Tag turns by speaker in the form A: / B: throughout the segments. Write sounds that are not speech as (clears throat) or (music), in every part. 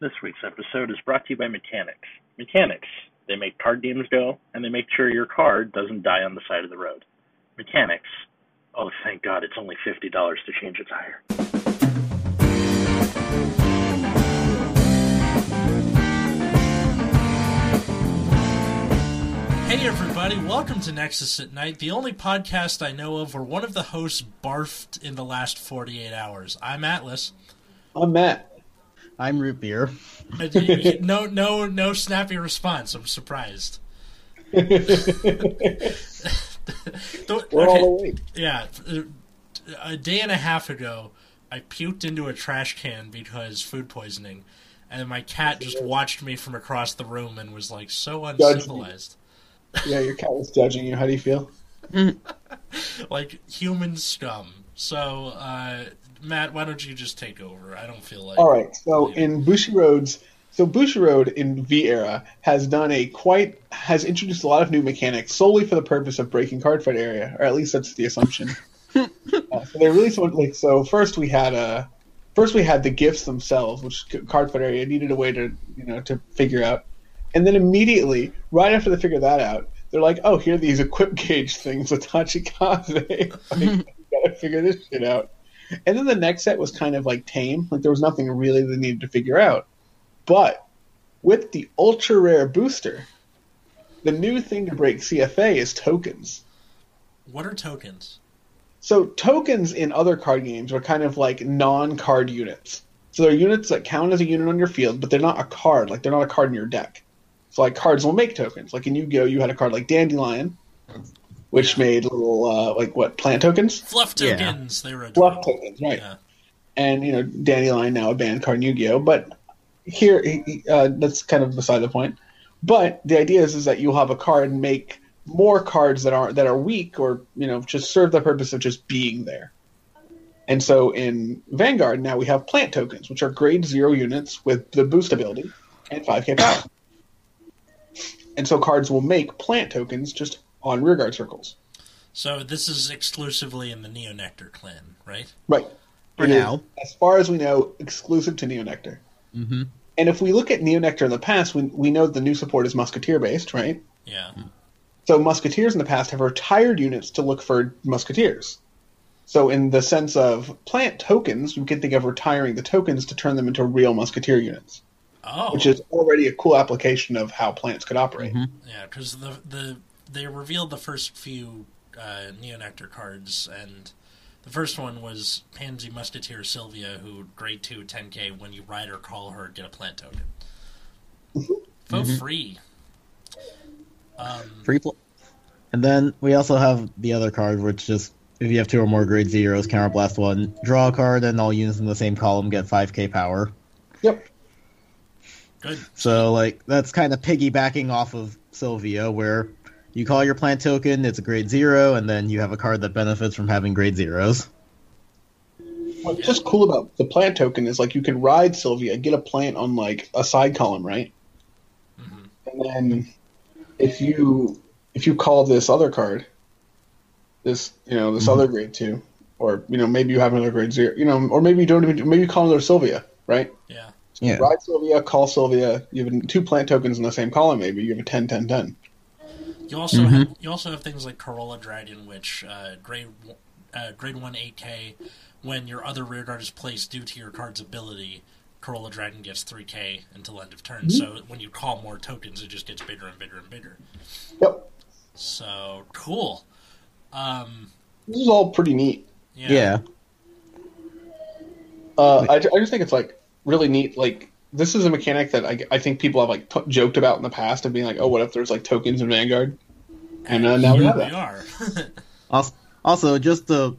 A: This week's episode is brought to you by mechanics. Mechanics. They make car games go, and they make sure your car doesn't die on the side of the road. Mechanics. Oh, thank God, it's only $50 to change a tire.
B: Hey, everybody, welcome to Nexus at Night, the only podcast I know of where one of the hosts barfed in the last 48 hours. I'm
C: (laughs)
B: Atlas.
C: I'm Matt.
D: I'm root beer. (laughs)
B: no, no, no snappy response. I'm
C: (laughs)
B: surprised. The-
C: We're
B: okay,
C: all awake.
B: Yeah. uh, A day and a half ago, I puked into a trash can because food poisoning, and my cat just watched me from across the room and was like so
C: me.
B: uncivilized.
C: Yeah, your cat was judging you. How do you feel?
B: like human scum. So, uh, Matt, why don't you just take over? I don't feel like.
C: All right. So in Bushy Roads, so Bushy Road in V era has done a quite has introduced a lot of new mechanics solely for the purpose of breaking card fight area, or at least that's the assumption. uh, so they're really so like so. First we had a first we had the gifts themselves, which c- card fight area needed a way to you know to figure out, and then immediately right after they figure that out, they're like, oh, here are these equip gauge things with Tachikaze. (laughs) like, we gotta figure this shit out. And then the next set was kind of like tame. Like there was nothing really they needed to figure out. But with the ultra rare booster, the new thing to break CFA is tokens.
B: What are tokens?
C: So tokens in other card games are kind of like non card units. So they're units that count as a unit on your field, but they're not a card. Like they're not a card in your deck. So like cards will make tokens. Like in Yu Gi Oh, you had a card like Dandelion, which made little uh, like what plant tokens,
B: Fluff
D: Yeah.
B: tokens. They were a
C: bluff tokens, right?
B: Yeah. and
C: and you know Dandelion now a banned card in Yu-Gi-Oh. But here, he- he- uh, that's kind of beside the point. But the idea is is that you'll have a card and make more cards that are that are weak or you know just serve the purpose of just being there. And so in Vanguard now we have plant tokens, which are grade zero units with the boost ability and five K power. and so cards will make plant tokens just on rearguard circles.
B: So this is exclusively in the Neo Nectar clan, right?
C: Right.
D: For
C: It is,
D: now.
C: as far as we know, exclusive to Neonectar.
D: Mm-hmm.
C: And if we look at Neonectar in the past, we, we know the new support is Musketeer based, right?
B: Yeah.
C: So Musketeers in the past have retired units to look for Musketeers. So in the sense of plant tokens, we can think of retiring the tokens to turn them into real Musketeer units,
B: Oh,
C: which is already a cool application of how plants could operate.
B: yeah, because the the they revealed the first few uh, Neo Nectar cards, and the first one was Pansy Musketeer Sylvia, who grade two 10k when you ride or call her, get a plant token
C: Mm-hmm.
B: for free. Um,
D: Free pl- And then we also have the other card, which just if you have two or more grade zeros, counterblast one, draw a card, and all units in the same column get 5k power.
C: Yep.
B: good.
D: So like that's kind of piggybacking off of Sylvia, where you call your plant token, it's a grade zero, and then you have a card that benefits from having grade zeros.
C: What's just cool about the plant token is like you can ride Sylvia, get a plant on like a side column, right?
B: Mhm.
C: And then if you if you call this other card, this you know this
D: Mhm.
C: other grade two, or you know maybe you have another grade zero, you know, or maybe you don't even maybe you call another Sylvia, right?
B: Yeah.
D: Yeah.
C: Ride Sylvia, call Sylvia. You have two plant tokens in the same column. Maybe you have a 10, 10, 10.
B: You also
C: Mm-hmm.
D: Mhm.
B: have, you also have things like Corolla Dragon, which uh, grade one- uh, grade one eight k. When your other rear guard is placed due to your card's ability, Corolla Dragon gets three k until end of turn.
C: Mm-hmm.
B: So when you call more tokens, it just gets bigger and bigger and bigger.
C: Yep,
B: So cool. Um,
C: this is all pretty neat.
B: yeah.
D: Yeah.
C: Uh, I, ju- I just think it's like really neat. Like this is a mechanic that I, I think people have like t- joked about in the past of being like, oh, what if there's like tokens in Vanguard? And uh, now we
B: Here
C: have
B: we
C: that.
B: are. (laughs)
D: Also, also just a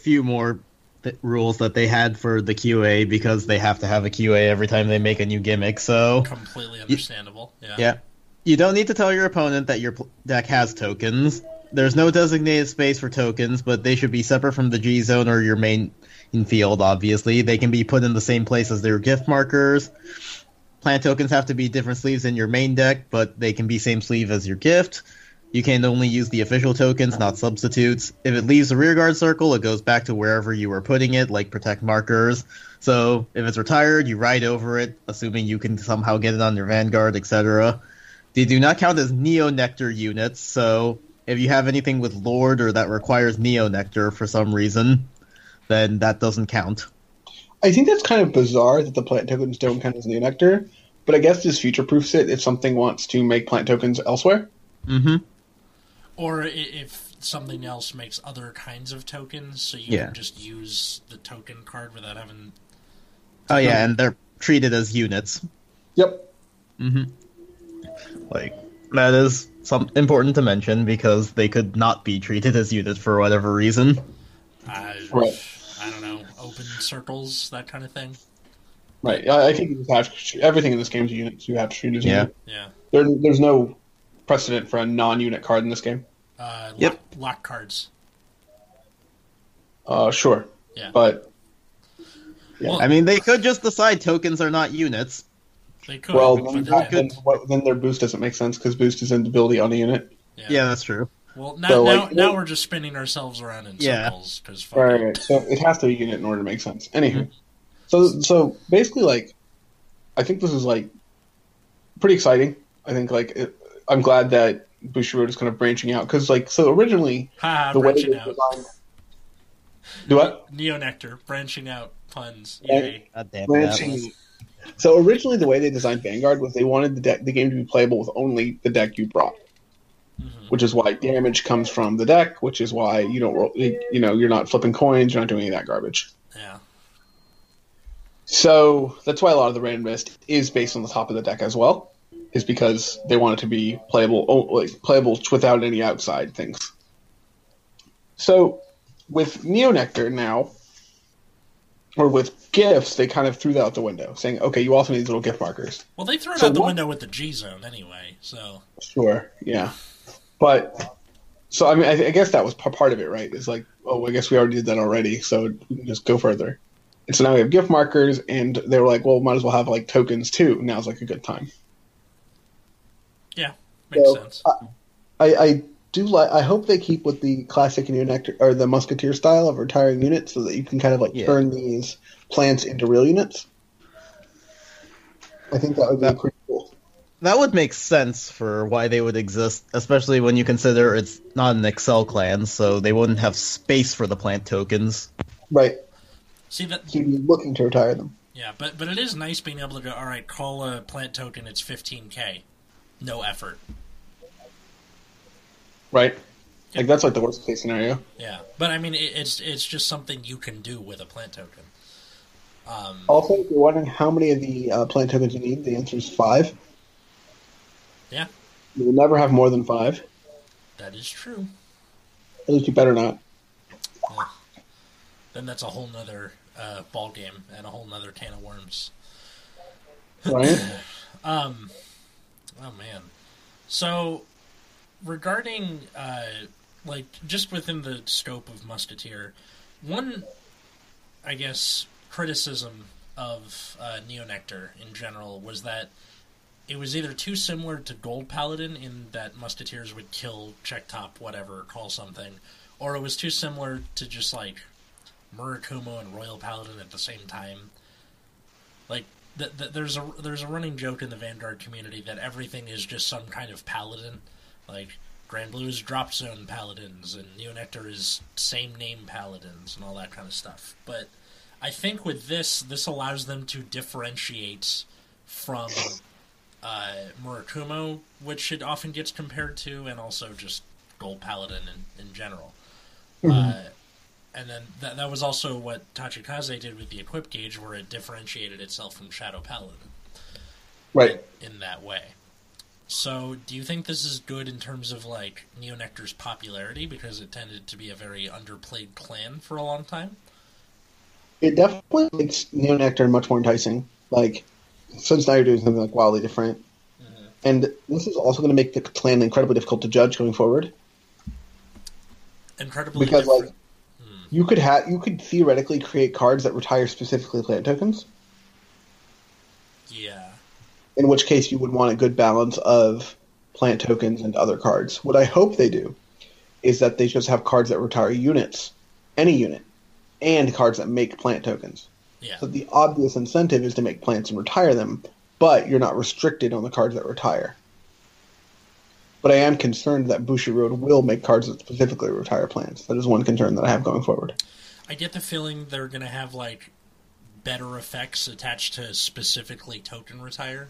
D: few more th- rules that they had for the QA because they have to have a QA every time they make a new gimmick. So
B: Completely understandable. Yeah.
D: Yeah. You don't need to tell your opponent that your pl- deck has tokens. There's no designated space for tokens, but they should be separate from the G zone or your main field, obviously. They can be put in the same place as their gift markers. Plant tokens have to be different sleeves in your main deck, but they can be same sleeve as your gift. You can only use the official tokens, not substitutes. If it leaves the rearguard circle, it goes back to wherever you were putting it, like protect markers. So if it's retired, you ride over it, assuming you can somehow get it on your Vanguard, etc. They do not count as Neo Nectar units, so if you have anything with Lord or that requires Neo Nectar for some reason, then that doesn't count.
C: I think that's kind of bizarre that the plant tokens don't count as Neo Nectar, but I guess this future proofs it if something wants to make plant tokens elsewhere.
D: Mm-hmm.
B: Or i- if something else makes other kinds of tokens, so you
D: Yeah.
B: can just use the token card without having.
D: Oh yeah, and they're treated as units.
C: Yep.
D: Like that is some important to mention because they could not be treated as units for whatever reason.
B: Uh,
C: Right.
B: I don't know, open circles, that kind of thing.
C: Right. I, I think you just have everything in this game is units. You have to treat as
D: Yeah.
C: units.
B: Yeah.
C: There, there's no precedent for a non-unit card in this game.
B: Uh,
D: Yep.
B: lock, lock cards.
C: Uh, sure,
B: Yeah.
C: but
B: Well,
D: I mean, they could just decide tokens are not units.
B: they could.
C: well,
B: but
C: then,
B: they
C: that, then,
B: didn't.
C: what, then their boost doesn't make sense because boost is an ability on a unit.
B: Yeah.
D: Yeah, that's true.
B: Well, now,
C: So,
B: now,
C: like,
B: now
C: it-
B: we're just spinning ourselves around in
D: Yeah.
B: circles because fuck
C: All
B: it.
C: right, right. So it has to be a unit in order to make sense. Anywho,
B: Mm-hmm.
C: so so basically, like, I think this is like pretty exciting. I think like it, I'm glad that Bushiroad is kind of branching out because like so originally
B: (laughs) Ha ha,
C: the way it
B: branching
C: was
B: out.
C: designed. Do what?
B: Neo nectar, branching out puns.
C: Yeah.
B: Yay.
D: God damn it, Atlas.
C: Branching. So originally, the way they designed Vanguard was they wanted the deck, the game to be playable with only the deck you brought,
B: Mhm.
C: which is why damage comes from the deck, which is why you don't roll, you know, you're not flipping coins, you're not doing any of that garbage.
B: Yeah.
C: So that's why a lot of the random list is based on the top of the deck as well, is because they want it to be playable, oh, like playable without any outside things. So with Neonectar now, or with gifts, they kind of threw that out the window, saying, "Okay, you also need these little gift markers."
B: Well, they threw it
C: So
B: out the
C: what-
B: window with the G zone anyway. So
C: Sure, yeah, but so I mean, I, I guess that was p- part of it, right? It's like, oh, I guess we already did that already, so we can just go further. And so now we have gift markers, and they were like, well, might as well have like tokens too. Now's like a good time.
B: makes
C: So,
B: sense.
C: I, I do like. I hope they keep with the classic new nectar or the musketeer style of retiring units, so that you can kind of like
D: Yeah.
C: turn these plants into real units. I think that would be
D: That-
C: pretty cool.
D: That would make sense for why they would exist, especially when you consider it's not an Excel clan, so they wouldn't have space for the plant tokens.
C: Right?
B: See that?
C: He'd be looking to retire them.
B: Yeah, but but it is nice being able to go. All right, call a plant token. It's 15k. No effort.
C: Right? Like that's like the worst case scenario.
B: Yeah, but I mean, it, it's it's just something you can do with a plant token. Um,
C: Also, if you're wondering how many of the uh, plant tokens you need, the answer is five.
B: Yeah.
C: You will never have more than five.
B: that is true.
C: At least you better not.
B: Then that's a whole nother uh, ball game and a whole nother can of worms.
C: Right?
B: Um, oh man. So, regarding uh, like just within the scope of Musketeer, one, I guess, criticism of uh, Neo Nectar in general was that it was either too similar to Gold Paladin in that Musketeers would kill, check top, whatever, call something, or it was too similar to just like Murakumo and Royal Paladin at the same time. Like th- th- there's a there's a running joke in the Vanguard community that everything is just some kind of paladin, like Grand Blue is Drop Zone Paladins and Neonectar is same name Paladins and all that kind of stuff. But I think with this, this allows them to differentiate from uh, Murakumo, which it often gets compared to, and also just Gold Paladin in, in general. Uh, and then that, that was also what Tachikaze did with the equip gauge, where it differentiated itself from Shadow Paladin
C: Right.
B: in that way. So, do you think this is good in terms of like Neonectar's popularity because it tended to be a very underplayed clan for a long time?
C: It definitely makes Neonectar much more enticing. Like, since now you're doing something like wildly different. And this is also going to make the clan incredibly difficult to judge going forward
B: Incredibly
C: because,
B: different.
C: like, you could have you could theoretically create cards that retire specifically plant tokens.
B: yeah,
C: in which case you would want a good balance of plant tokens and other cards. What I hope they do is that they just have cards that retire units, any unit, and cards that make plant tokens.
B: Yeah.
C: So the obvious incentive is to make plants and retire them, but you're not restricted on the cards that retire. But I am concerned that Bushi Road will make cards that specifically retire plants. That is one concern that I have going forward.
B: I get the feeling they're going to have like better effects attached to specifically token retire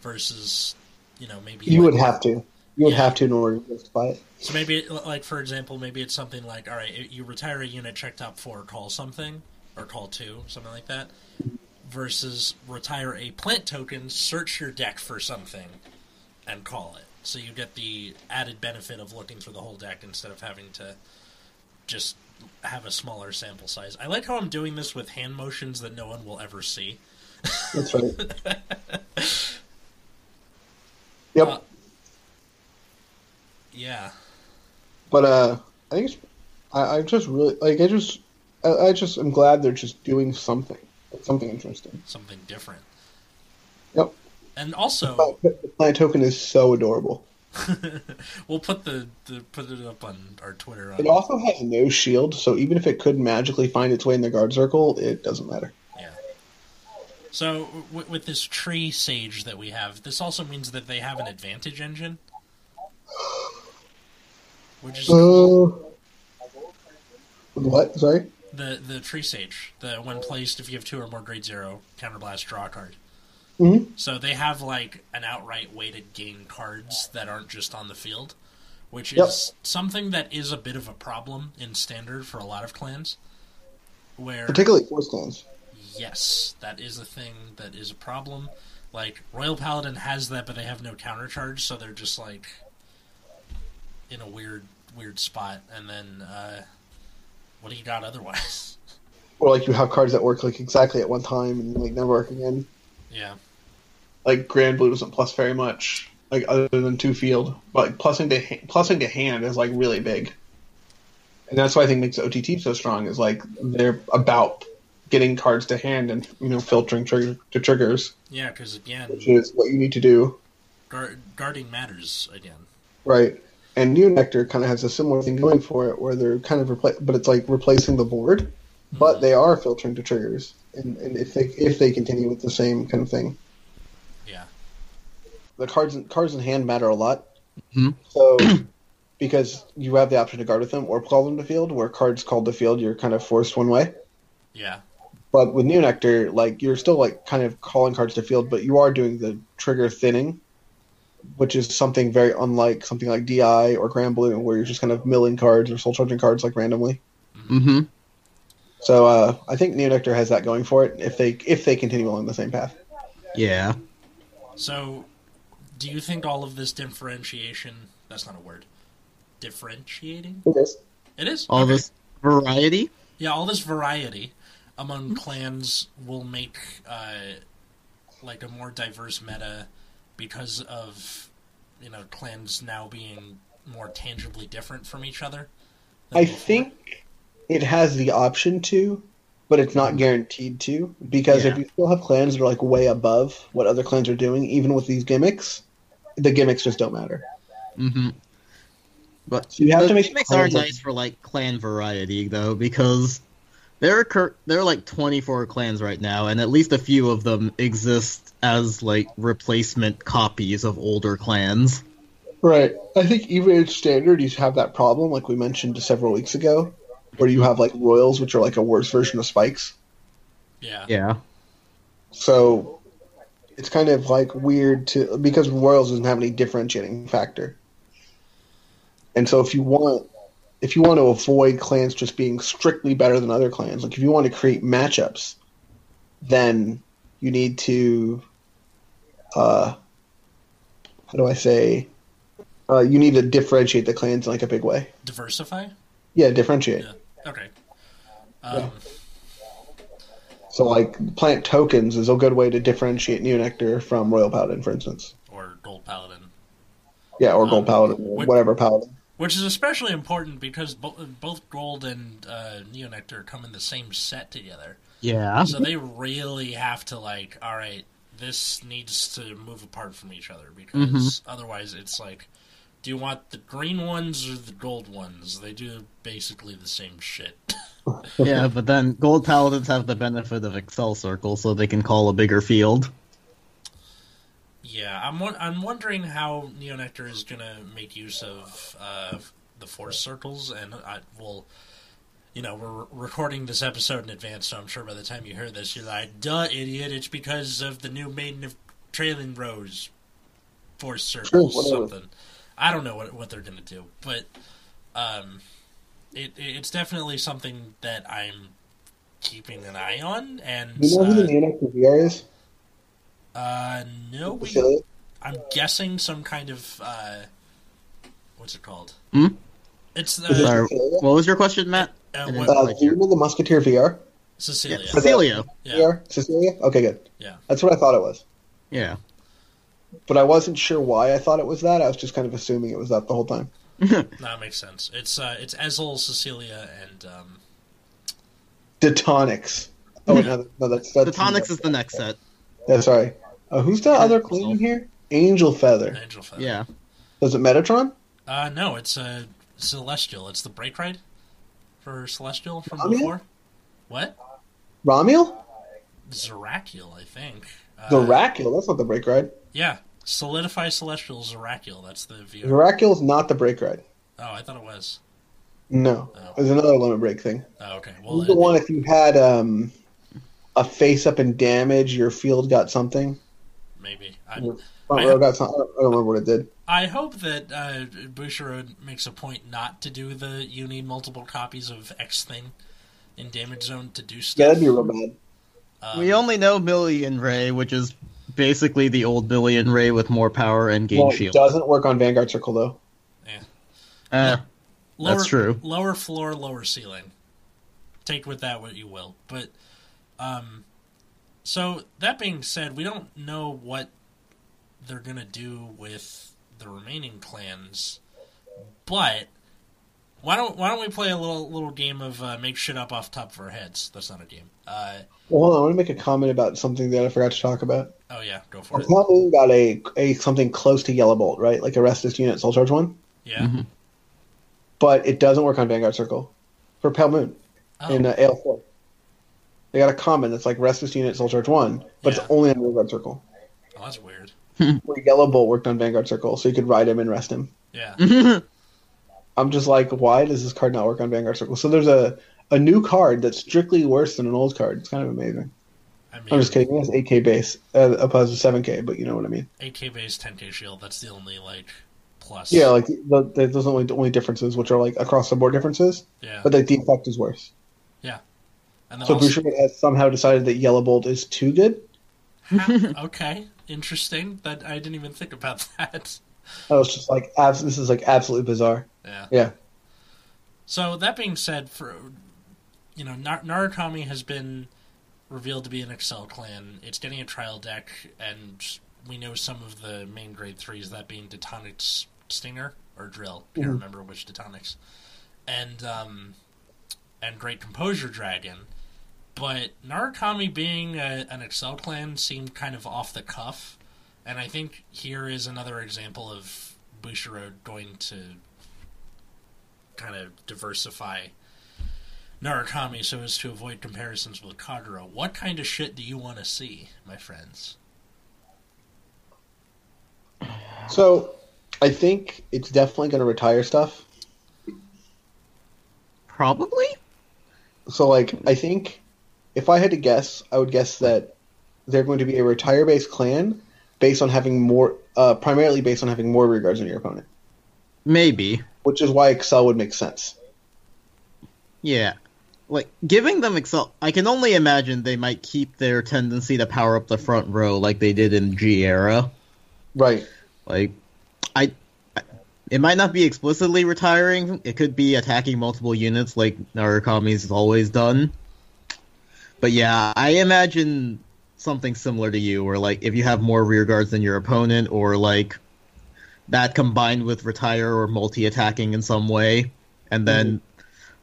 B: versus, you know, maybe
C: You
B: like-
C: would have to. You would
B: Yeah.
C: have to in order to justify it.
B: So maybe, it- like for example, maybe it's something like, all right, you retire a unit, check top four, call something, or call two, something like that, versus retire a plant token, search your deck for something, and call it. So you get the added benefit of looking through the whole deck instead of having to just have a smaller sample size. I like how I'm doing this with hand motions that no one will ever see.
C: That's right. (laughs) yep.
B: Uh, yeah.
C: But uh, I think it's, I, I just really like I just I, I just am glad they're just doing something, something interesting.
B: something different.
C: Yep.
B: And also,
C: But the plant token is so adorable.
B: (laughs) we'll put the, the put it up on our Twitter.
C: It
B: On,
C: also has no shield, so even if it could magically find its way in the guard circle, it doesn't matter.
B: so w- with this tree sage that we have, this also means that they have an advantage engine, which is
C: Uh, what? Sorry.
B: the the tree sage. The when placed, if you have two or more grade zero counterblast, draw a card.
C: Mhm.
B: So they have like an outright way to gain cards that aren't just on the field, which
C: Yep.
B: is something that is a bit of a problem in standard for a lot of clans. Where
C: Particularly force clans.
B: Yes, that is a thing that is a problem. Like Royal Paladin has that, but they have no countercharge, so they're just like in a weird, weird spot. And then, uh, what do you got otherwise? (laughs)
C: Or like you have cards that work like exactly at one time and like never work again.
B: yeah,
C: Like Grand Blue doesn't plus very much, like other than two field. But like, plusing to ha- plusing to hand is like really big, and that's why I think makes OTT so strong. Is like they're about getting cards to hand and you know filtering trigger to triggers,
B: yeah, because again,
C: which is what you need to do.
B: guard, guarding matters again.
C: Right. And Neonectar kind of has a similar thing going for it, where they're kind of repla- but it's like replacing the board, but they are filtering to triggers, and, and if they if they continue with the same kind of thing,
B: Yeah,
C: the cards in, cards in hand matter a lot.
D: Mhm.
C: So, (clears throat) because you have the option to guard with them or call them to field, where cards called to field, you're kind of forced one way.
B: yeah,
C: But with Neonectar, like you're still like kind of calling cards to field, but you are doing the trigger thinning, which is something very unlike something like DI or Grand Blue, where you're just kind of milling cards or soul charging cards like randomly.
D: Mm-hmm.
C: So uh, I think Neonectar has that going for it if they if they continue along the same path.
D: Yeah.
B: So, do you think all of this differentiation? That's not a word. Differentiating?
C: It is.
B: It is
D: All
B: Okay.
D: this variety.
B: Yeah, all this variety among clans will make uh, like a more diverse meta because of you know clans now being more tangibly different from each other. than
C: I
B: before.
C: think it has the option to, but it's not guaranteed to because if
D: Yeah.
C: you still have clans that are like way above what other clans are doing, even with these gimmicks, the gimmicks just don't matter.
D: Mm-hmm. But
C: So you have
D: the
C: to make-
D: gimmicks are nice for like clan variety though, because there are cur- there are like 24 clans right now, and at least a few of them exist as like replacement copies of older clans.
C: Right. I think even in standard, you have that problem, like we mentioned several weeks ago, where you have like royals, which are like a worse version of spikes.
B: Yeah,
D: Yeah.
C: So it's kind of like weird to because royals doesn't have any differentiating factor. And so if you want if you want to avoid clans just being strictly better than other clans, like if you want to create matchups, then you need to uh how do I say uh, you need to differentiate the clans in like a big way.
B: diversify.
C: Yeah, differentiate.
B: Yeah. Okay. Um,
C: So like plant tokens is a good way to differentiate Neonectar from Royal Paladin, for instance.
B: Or gold paladin,
C: Yeah, or gold
B: Um,
C: paladin, or
B: what-
C: whatever paladin.
B: which is especially important because bo- both gold and uh, neonectar come in the same set together.
D: Yeah.
B: So they really have to like, all right, this needs to move apart from each other because otherwise it's like, do you want the green ones or the gold ones? They do basically the same shit.
D: yeah, but then gold paladins have the benefit of Excel Circle, so they can call a bigger field.
B: Yeah, I'm won- I'm wondering how Neonectar is gonna make use of uh, the force circles, and I will, you know, we're recording this episode in advance, so I'm sure by the time you hear this, you're like, "Duh, idiot! It's because of the new Maiden of Trailing Rose force circles,
C: Sure, whatever.
B: something." I don't know what what they're gonna do, but um, it it's definitely something that I'm keeping an eye on, and
C: You know who the
B: uh,
C: Neonic VR is?
B: uh, no, we
C: Affiliate?
B: I'm guessing some kind of uh, what's it called?
D: Hmm?
B: It's uh,
C: Is it
D: Sorry,
C: Cecilia?
D: what was your question, Matt?
B: uh,
D: it
B: what-
D: is.
C: Uh, do you remember the Musketeer VR?
B: Cecilia.
D: Yeah, Cecilia.
B: Yeah.
C: VR? Cecilia? Okay, good.
B: Yeah.
C: That's what I thought it was.
D: Yeah.
C: But I wasn't sure why I thought it was that. I was just kind of assuming it was that the whole time.
B: That makes sense. It's uh, it's Ezel, Cecilia, and um,
C: Detonics. Oh,
B: Hmm.
C: wait, no, no, that's, that's
D: The tonics is the next set.
C: Yeah, sorry. Uh, who's the other queen in here? Angel Feather.
B: Angel Feather.
D: Yeah.
C: Was it Metatron?
B: Uh, no, it's uh, Celestial. It's the brake ride for Celestial from
C: Ramia?
B: before. What?
C: Romul?
B: Zeracul, I think. Uh,
C: The Racul. That's not the brake ride.
B: Yeah. Solidify Celestial Zeracul. That's the
C: The
B: VR.
C: Racul is not the brake ride.
B: Oh, I thought it was.
C: No.
B: Oh.
C: There's another limit break thing.
B: Oh, okay.
C: Well,
B: Well,
C: was the
B: it-
C: one if you had um, a face up and damage, your field got something?
B: maybe. I,
C: Front
B: I-
C: row got something. I don't remember what it did.
B: I hope that uh, Bushiroad makes a point not to do the you need multiple copies of X thing in Damage Zone to do
C: Yeah,
B: stuff.
C: that'd be real bad. Uh,
B: Um,
D: we only know Billy and Ray, which is basically the old Billy and Ray with more power and game
C: Well, it
D: shield.
C: doesn't work on Vanguard Circle, though.
D: Uh,
B: lower,
D: that's true.
B: Lower floor, lower ceiling. Take with that what you will. But um, so that being said, we don't know what they're gonna do with the remaining clans, but. Why don't Why don't we play a little little game of uh, make shit up off top of our heads? That's not a game. Uh,
C: Well, hold on. I want to make a comment about something that I forgot to talk about.
B: oh yeah, go for
C: I'm
B: it.
C: talking about a, a something close to Yellow Bolt, right? Like a Restless Unit Soul Charge one,
B: Yeah.
C: but it doesn't work on Vanguard Circle. For Pale Moon
B: Oh,
C: in uh, Ale Four, they got a common that's like Restless Unit Soul Charge one, but
B: Yeah.
C: it's only on Vanguard Circle.
B: oh, that's weird.
C: Where Yellow Bolt worked on Vanguard Circle, so you could ride him and rest him.
B: Yeah.
D: Uh,
C: I'm just like, why does this card not work on Vanguard Circle? So there's a, a new card that's strictly worse than an old card. It's kind of amazing.
B: I mean,
C: I'm just kidding. That's 8K base, uh, opposed to 7K, but you know what I mean.
B: 8K base, 10K shield. That's the only like plus.
C: Yeah, like the, the, those are only the only differences, which are like across the board differences,
B: yeah.
C: but like the effect is worse.
B: And then
C: So
B: also-
C: Boucher has somehow decided that Yellow Bolt is too good. (laughs)
B: Ha- okay, interesting. That I didn't even think about (laughs) that.
C: I was just like, abs- this is like absolutely bizarre.
B: Yeah.
C: Yeah.
B: So that being said, for you know, Nar- Narukami has been revealed to be an Excel clan. It's getting a trial deck, and we know some of the main grade threes, that being Detonics Stinger or Drill. I can't remember which Detonics, and um, and Great Composure Dragon. But Narukami being a, an Excel clan seemed kind of off the cuff, and I think here is another example of Bushiroad going to kind of diversify Narukami so as to avoid comparisons with Kagura. What kind of shit do you want to see, my friends?
C: So I think it's definitely going to retire stuff.
D: (laughs) Probably.
C: So like, I think if I had to guess, I would guess that they're going to be a retire based clan based on having more, uh, primarily based on having more regards on your opponent,
D: Maybe.
C: which is why Excel would make sense.
D: Yeah. Like giving them Excel, I can only imagine they might keep their tendency to power up the front row like they did in G era.
C: Right.
D: Like, I, I- it might not be explicitly retiring. It could be attacking multiple units like Narukami's always done. But yeah, I imagine something similar to you, where like if you have more rear guards than your opponent, or like that combined with retire or multi-attacking in some way, and then.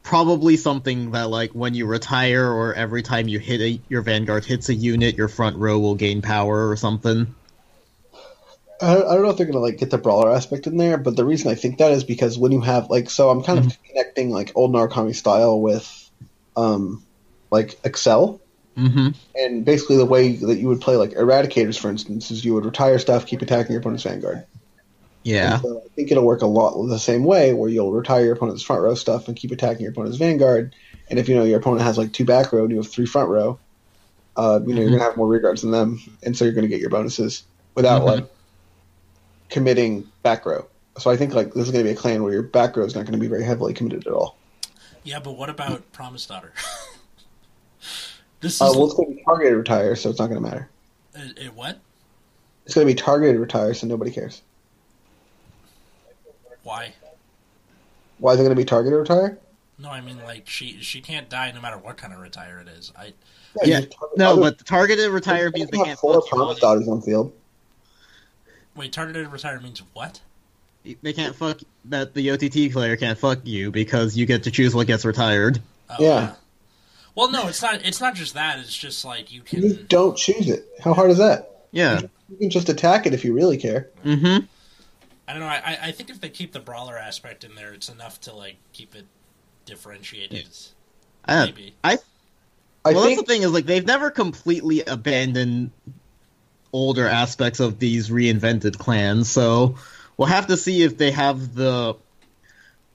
D: Probably something that, like, when you retire or every time you hit a your vanguard hits a unit, your front row will gain power or something.
C: I don't, I don't know if they're gonna like get the brawler aspect in there, but the reason I think that is because when you have like, so I'm kind of connecting like old Narukami style with um, like Excel.
D: Mm-hmm.
C: And basically, the way that you would play like Eradicators, for instance, is you would retire stuff, keep attacking your opponent's vanguard. And
D: Yeah.
C: So I think it'll work a lot the same way, where you'll retire your opponent's front row stuff and keep attacking your opponent's vanguard. And if you know your opponent has like two back row and you have three front row, uh, you know
D: Mm-hmm.
C: you're gonna have more rearguards than them, and so you're gonna get your bonuses without
D: Mhm.
C: like committing back row. So I think like this is gonna be a clan where your back row is not gonna be very heavily committed at all.
B: Yeah, but what
C: (laughs)
B: about Promised Daughter? (laughs) this is
C: Uh, well, it's gonna be targeted retire, so it's not gonna matter.
B: it, it what?
C: It's gonna be targeted retire, so nobody cares.
B: Why?
C: Why is it gonna be targeted retire?
B: No, I mean like she she can't die no matter what kind of retire it is. I
D: Yeah.
C: you just target-
D: No,
C: other-
D: but the targeted retire
C: you
D: means they
C: have
D: can't
C: four
D: flush
C: promise
D: your
C: daughters on field.
B: wait, targeted retire means what?
D: opponent. They can't fuck that the OTT player can't fuck you because you get to choose what gets retired.
B: Oh,
C: Yeah.
B: Well, no, it's not. It's not just that. It's just like you
C: You
B: can.
C: don't choose it. How hard is that?
D: Yeah.
C: You can just attack it if you really care.
D: Mm-hmm.
B: I don't know. I, I- I think if they keep the brawler aspect in there, it's enough to like keep it differentiated.
D: I don't,
B: Maybe.
C: I
D: well,
C: think
D: Uh, that's the thing is like they've never completely abandoned older aspects of these reinvented clans, so we'll have to see if they have the.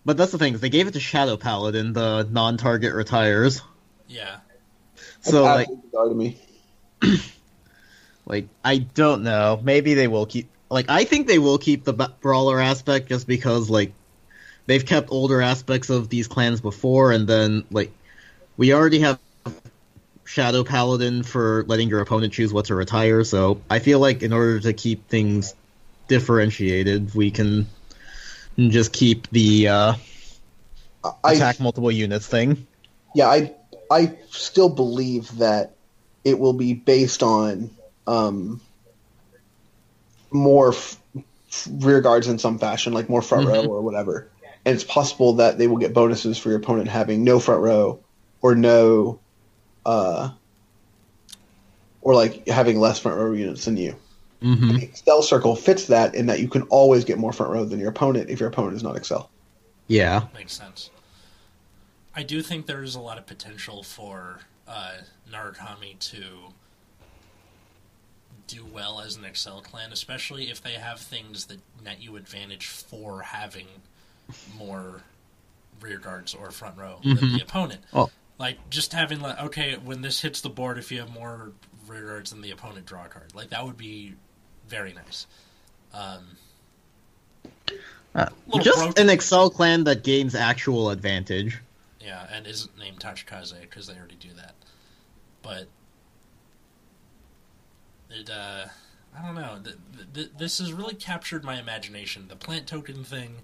D: But that's the thing is they gave it to Shadow Paladin, the non-target retires.
B: Yeah.
D: So
C: that's
D: like,
C: absolutely bizarre to me.
D: like I don't know. Maybe they will keep. Like I think they will keep the b- brawler aspect just because like they've kept older aspects of these clans before, and then like we already have Shadow Paladin for letting your opponent choose what to retire. So I feel like in order to keep things differentiated, we can just keep the uh,
C: I
D: attack multiple units thing.
C: yeah, I I still believe that it will be based on um, more f- f- rear guards in some fashion, like more front
D: Mm-hmm.
C: row or whatever. And it's possible that they will get bonuses for your opponent having no front row or no, uh, or like having less front row units than you.
B: Mm-hmm.
D: hmm
C: Excel circle fits that in that you can always get more front row than your opponent if your opponent is not Excel.
D: Yeah.
B: Makes sense. I do think there is a lot of potential for uh, Narukami to do well as an Excel clan, especially if they have things that net you advantage for having more rear guards or front row than
D: Mm-hmm.
B: the opponent.
D: Well-
B: like just having like okay, when this hits the board, if you have more rear guards than the opponent, draw a card. Like that would be very nice. Um, Little
D: Uh, Just
B: broken.
D: an Excel clan that gains actual advantage.
B: Yeah, and isn't named Tachikaze because they already do that. But it, uh, I don't know. Th- th- th- this has really captured my imagination. The plant token thing,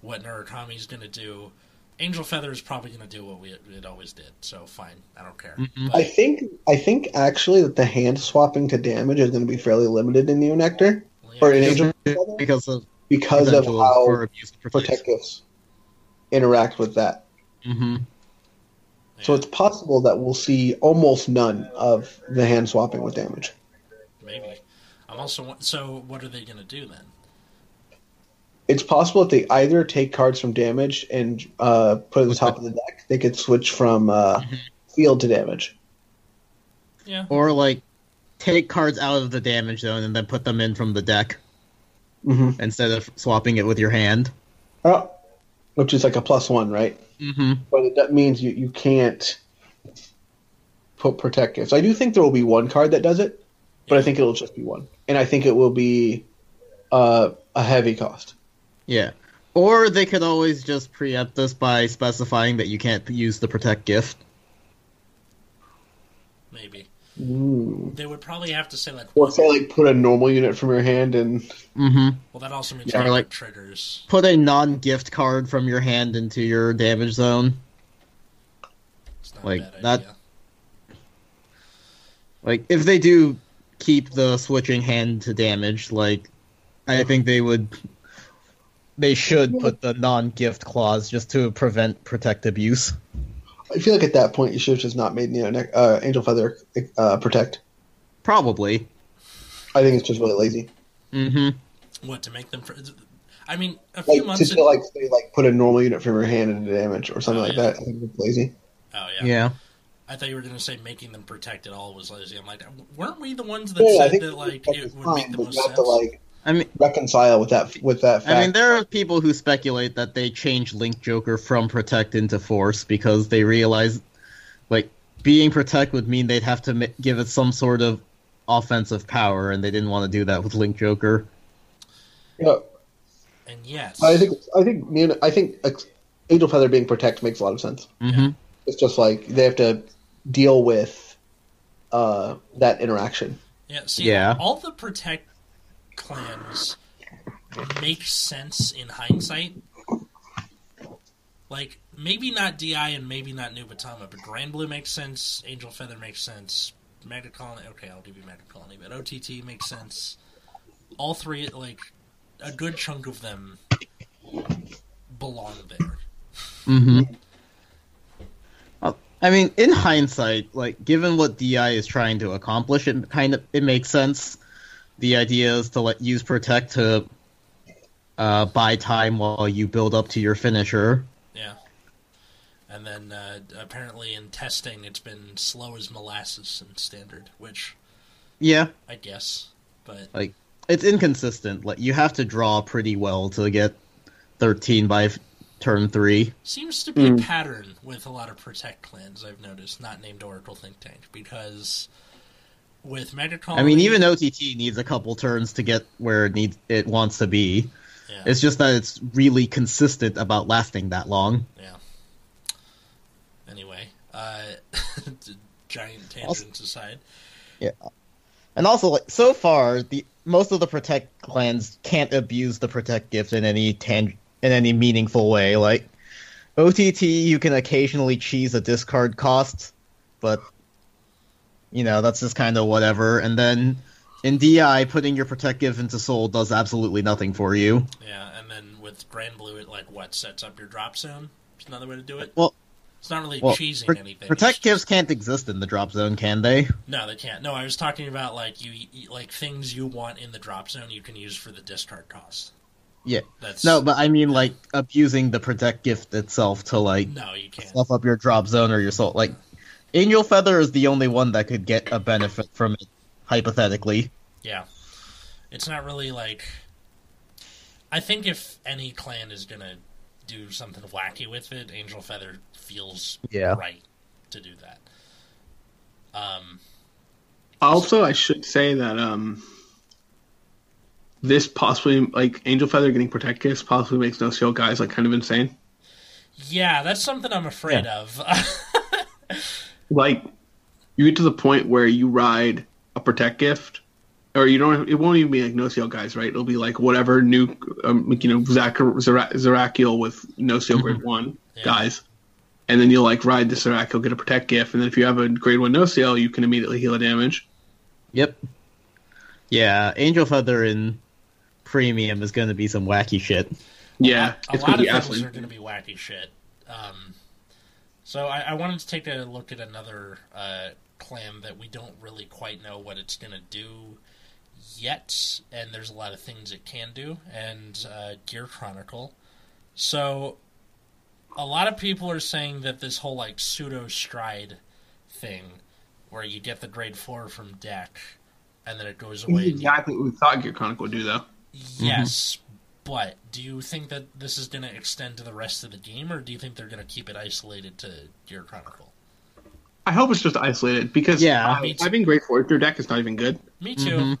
B: what Narukami's gonna do. Angel Feather is probably gonna do what we it always did. So fine, I don't care. But
C: I think I think actually that the hand swapping to damage is going to be fairly limited in Neo Nectar
B: well,
C: or in
B: yeah,
C: Angel
D: Because of
C: because of
D: potential for
C: how
D: abuse of
C: protectives interact with that.
D: hmm
C: So it's possible that we'll see almost none of the hand swapping with damage.
B: maybe. I'm also wa- so. What are they gonna do then?
C: It's possible that they either take cards from damage and uh, put at the top of the deck. They could switch from uh, field to damage.
B: Yeah,
D: Or like take cards out of the damage zone and then put them in from the deck
C: hmm
D: instead of swapping it with your hand.
C: Oh, which is like a plus one, right?
D: Mm-hmm.
C: But it, that means you, you can't put protectives. I do think there will be one card that does it, but I think it'll just be one. And I think it will be uh, a heavy cost.
D: Yeah. Or they could always just preempt this by specifying that you can't use the protect gift.
B: maybe
D: Hmm.
C: Mm.
B: they would probably have to say like.
C: Or say, like, put a normal unit from your hand and.
D: Mm-hmm.
B: well, that also means
D: Yeah, or,
B: yeah,
D: like-
B: triggers.
D: Put a non-gift card from your hand into your damage zone.
B: It's not
D: Like,
B: a bad
D: that-
B: idea.
D: Like if they do keep the switching hand to damage, like I think they would they should put the non-gift clause just to prevent protect abuse.
C: I feel like at that point you should have just not made Neo Nec- uh, Angel Feather uh, protect.
D: Probably.
C: I think it's just really lazy.
D: Mhm.
B: What to make them? Fr- I mean, a few
C: Like to
B: months.
C: say, like say like put a normal unit from your hand into damage or something like that. I think it's lazy.
B: Oh yeah.
D: Yeah.
B: I thought you were going to say making them protect at all was lazy. I'm like, weren't we the ones that
E: Yeah, I
B: said
E: think
B: that like
E: At the
B: it would make
E: time,
B: the
E: but
B: most
E: you have
B: sense?
E: to like
D: I mean,
E: reconcile with that with that fact.
D: I mean, there are people who speculate that they changed Link Joker from protect into force because they realized, like, being protect would mean they'd have to ma- give it some sort of offensive power, and they didn't want to do that with Link Joker.
E: Yeah,
B: and yes,
E: I think I think me and- I think ex- Angel Feather being protect makes a lot of sense.
D: Mm-hmm.
E: It's just like they have to deal with uh, that interaction.
B: yeah, see,
D: Yeah.
B: all the protect clans make sense in hindsight. Like maybe not Di and maybe not New Batama, but Grand Blue makes sense. Angel Feather makes sense. Mega Colony, okay, I'll give you Mega Colony, but OTT makes sense. All three, like a good chunk of them, belong there.
D: Mm-hmm. I mean, in hindsight, like given what DI is trying to accomplish, it kind of it makes sense. The idea is to let use protect to uh, buy time while you build up to your finisher.
B: Yeah. And then uh, apparently in testing, it's been slow as molasses in standard, which
D: Yeah,
B: I guess. But
D: it's inconsistent. Like you have to draw pretty well to get thirteen by f- turn three.
B: seems to be
D: Hmm.
B: a pattern with a lot of protect clans I've noticed, not named Oracle Think Tank, because with Mega
D: I mean, even OTT needs a couple turns to get where it needs it wants to be.
B: yeah,
D: It's just that it's really consistent about lasting that long.
B: anyway, uh, (laughs) giant
D: Also-
B: tangents aside,
D: And also, like so far, the most of the protect clans can't abuse the protect gift in any tang- in any meaningful way. Like OTT, you can occasionally cheese a discard cost, but you know that's just kind of whatever. And then in DI, putting your protect gift into soul does absolutely nothing for you.
B: yeah, and then with Grand Blue, it like what sets up your drop zone. It's another way to do it.
D: Well-
B: it's not really
D: Well,
B: cheesing
D: pr-
B: anything. it's
D: protect gifts can't exist in the drop zone, can they?
B: No, they can't. No, I was talking about like you you- like things you want in the drop zone you can use for the discard cost.
D: Yeah.
B: That's
D: No, but I mean like abusing the protect gift itself to like
B: no, you can't.
D: stuff up your drop zone or your soul. Like, Angel Feather is the only one that could get a benefit from it, hypothetically.
B: Yeah, it's not really like. I think if any clan is gonna do something wacky with it, Angel Feather feels
D: Yeah.
B: right to do that. Um,
C: Also, I should say that um, this possibly like Angel Feather getting protect gifts possibly makes no seal guys like kind of insane.
B: yeah, that's something I'm afraid of. (laughs)
C: Like you get to the point where you ride a protect gift, or you don't. It won't even be like no seal guys, right? It'll be like whatever new, um, like, you know, Zach Zara- Zerakiel with no seal grade one
B: Mm-hmm. Yeah.
C: guys. And then you'll like ride the Serac, you'll get a protect gift, and then if you have a grade one no seal, you can immediately heal a damage.
D: Yep. Yeah, Angel Feather in premium is going to be some wacky shit.
C: Yeah,
B: a lot
C: it's gonna
B: of
C: be
B: things
C: absolutely
B: are going to be wacky shit. Um, so I, I wanted to take a look at another uh, clan that we don't really quite know what it's going to do yet, and there's a lot of things it can do, and uh, Gear Chronicle. So a lot of people are saying that this whole like pseudo stride thing, where you get the grade four from deck, and then it goes away.
C: This is
B: and you
C: exactly what we thought Gear Chronicle would do, though.
B: Yes, but do you think that this is going to extend to the rest of the game, or do you think they're going to keep it isolated to Gear Chronicle?
C: I hope it's just isolated because
D: Yeah.
C: uh, having Great Forester deck is not even good.
B: Me too.
D: Mhm.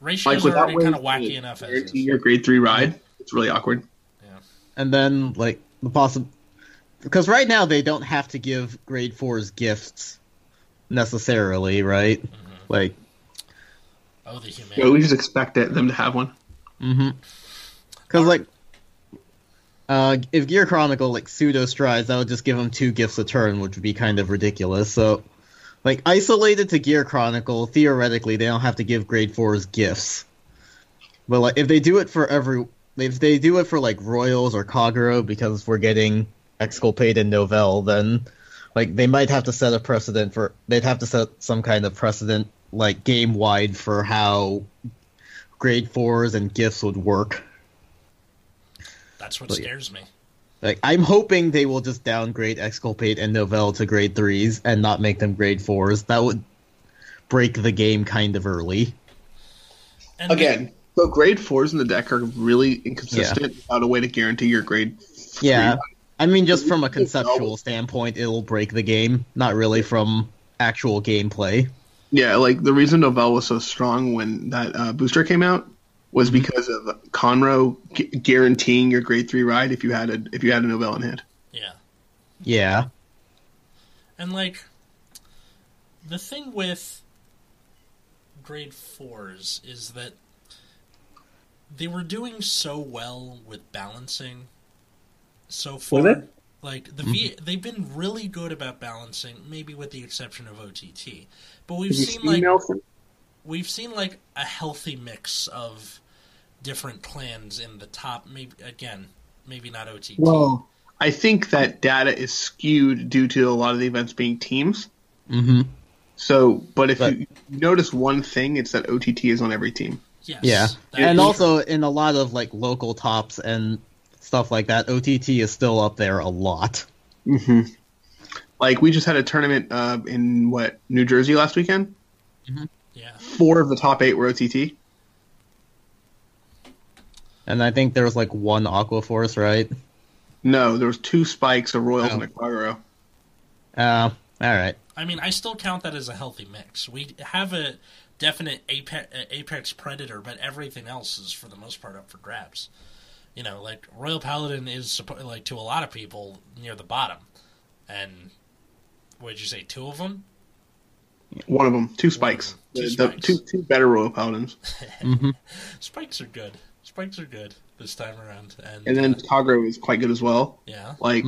B: Ratios
C: without
B: are already
C: ways
B: kind of
C: to
B: wacky enough. As
C: Guarantee
B: is.
C: your grade three ride. It's really awkward.
D: And then, like, the possible. Because right now they don't have to give grade 4's gifts necessarily, right? Like,
B: Oh, the
C: Yeah,
B: humanity.
C: we just expect it, them to have one.
D: Mm-hmm. Because like, uh, if Gear Chronicle like pseudo strides, that would just give him two gifts a turn, which would be kind of ridiculous. So, like isolated to Gear Chronicle, theoretically they don't have to give Grade Fours gifts. But like, if they do it for every, if they do it for like Royals or Kaguro, because we're getting Exculpate and Novell, then like they might have to set a precedent for. They'd have to set some kind of precedent, like game wide, for how grade fours and gifts would work.
B: That's what
D: But yeah.
B: scares me.
D: Like I'm hoping they will just downgrade Exculpate and Novell to grade threes and not make them grade fours. That would break the game kind of early.
B: And
F: Again,
C: So grade fours in the deck are really inconsistent without a way to guarantee your grade.
D: Yeah. I mean, just from a
C: Three.
D: conceptual standpoint, it'll break the game. Not really from actual gameplay.
C: Yeah, like the reason Novell was so strong when that uh, booster came out was because of Conroe gu- guaranteeing your grade three ride if you had a if you had a Novell in hand.
B: yeah.
D: Yeah.
B: And like the thing with grade fours is that they were doing so well with balancing so far.
F: they?
B: Like the v- they've been really good about balancing, maybe with the exception of OTT. But we've seen like we've seen like a healthy mix of different clans in the top. Maybe again, maybe not OTT.
C: Well, I think that data is skewed due to a lot of the events being teams.
D: Mm-hmm.
C: So, but if
D: But-
C: you notice one thing, it's that OTT is on every team.
B: yes,
D: Yeah.
B: that
D: And
B: is-
D: also in a lot of like local tops and stuff like that, OTT is still up there a lot.
C: Mm-hmm. Like we just had a tournament uh, in what New Jersey last weekend.
B: yeah.
C: Four of the top eight were OTT.
D: And I think there was like one Aqua Force, right?
C: No, there was two spikes, a Royals
D: Oh.
C: and a Cargo.
D: Uh, all right.
B: I mean, I still count that as a healthy mix. We have a definite apex, apex predator, but everything else is for the most part up for grabs. You know, like Royal Paladin is suppo- like to a lot of people near the bottom, and what did you say? Two of them?
C: One of them, two spikes.
B: Two
C: The- the-
B: spikes.
C: two, two better Royal Paladins,
D: Mm-hmm.
B: Spikes are good. Spikes are good this time around, and,
C: and then
B: uh,
C: Kagro is quite good as well.
B: yeah,
C: Like,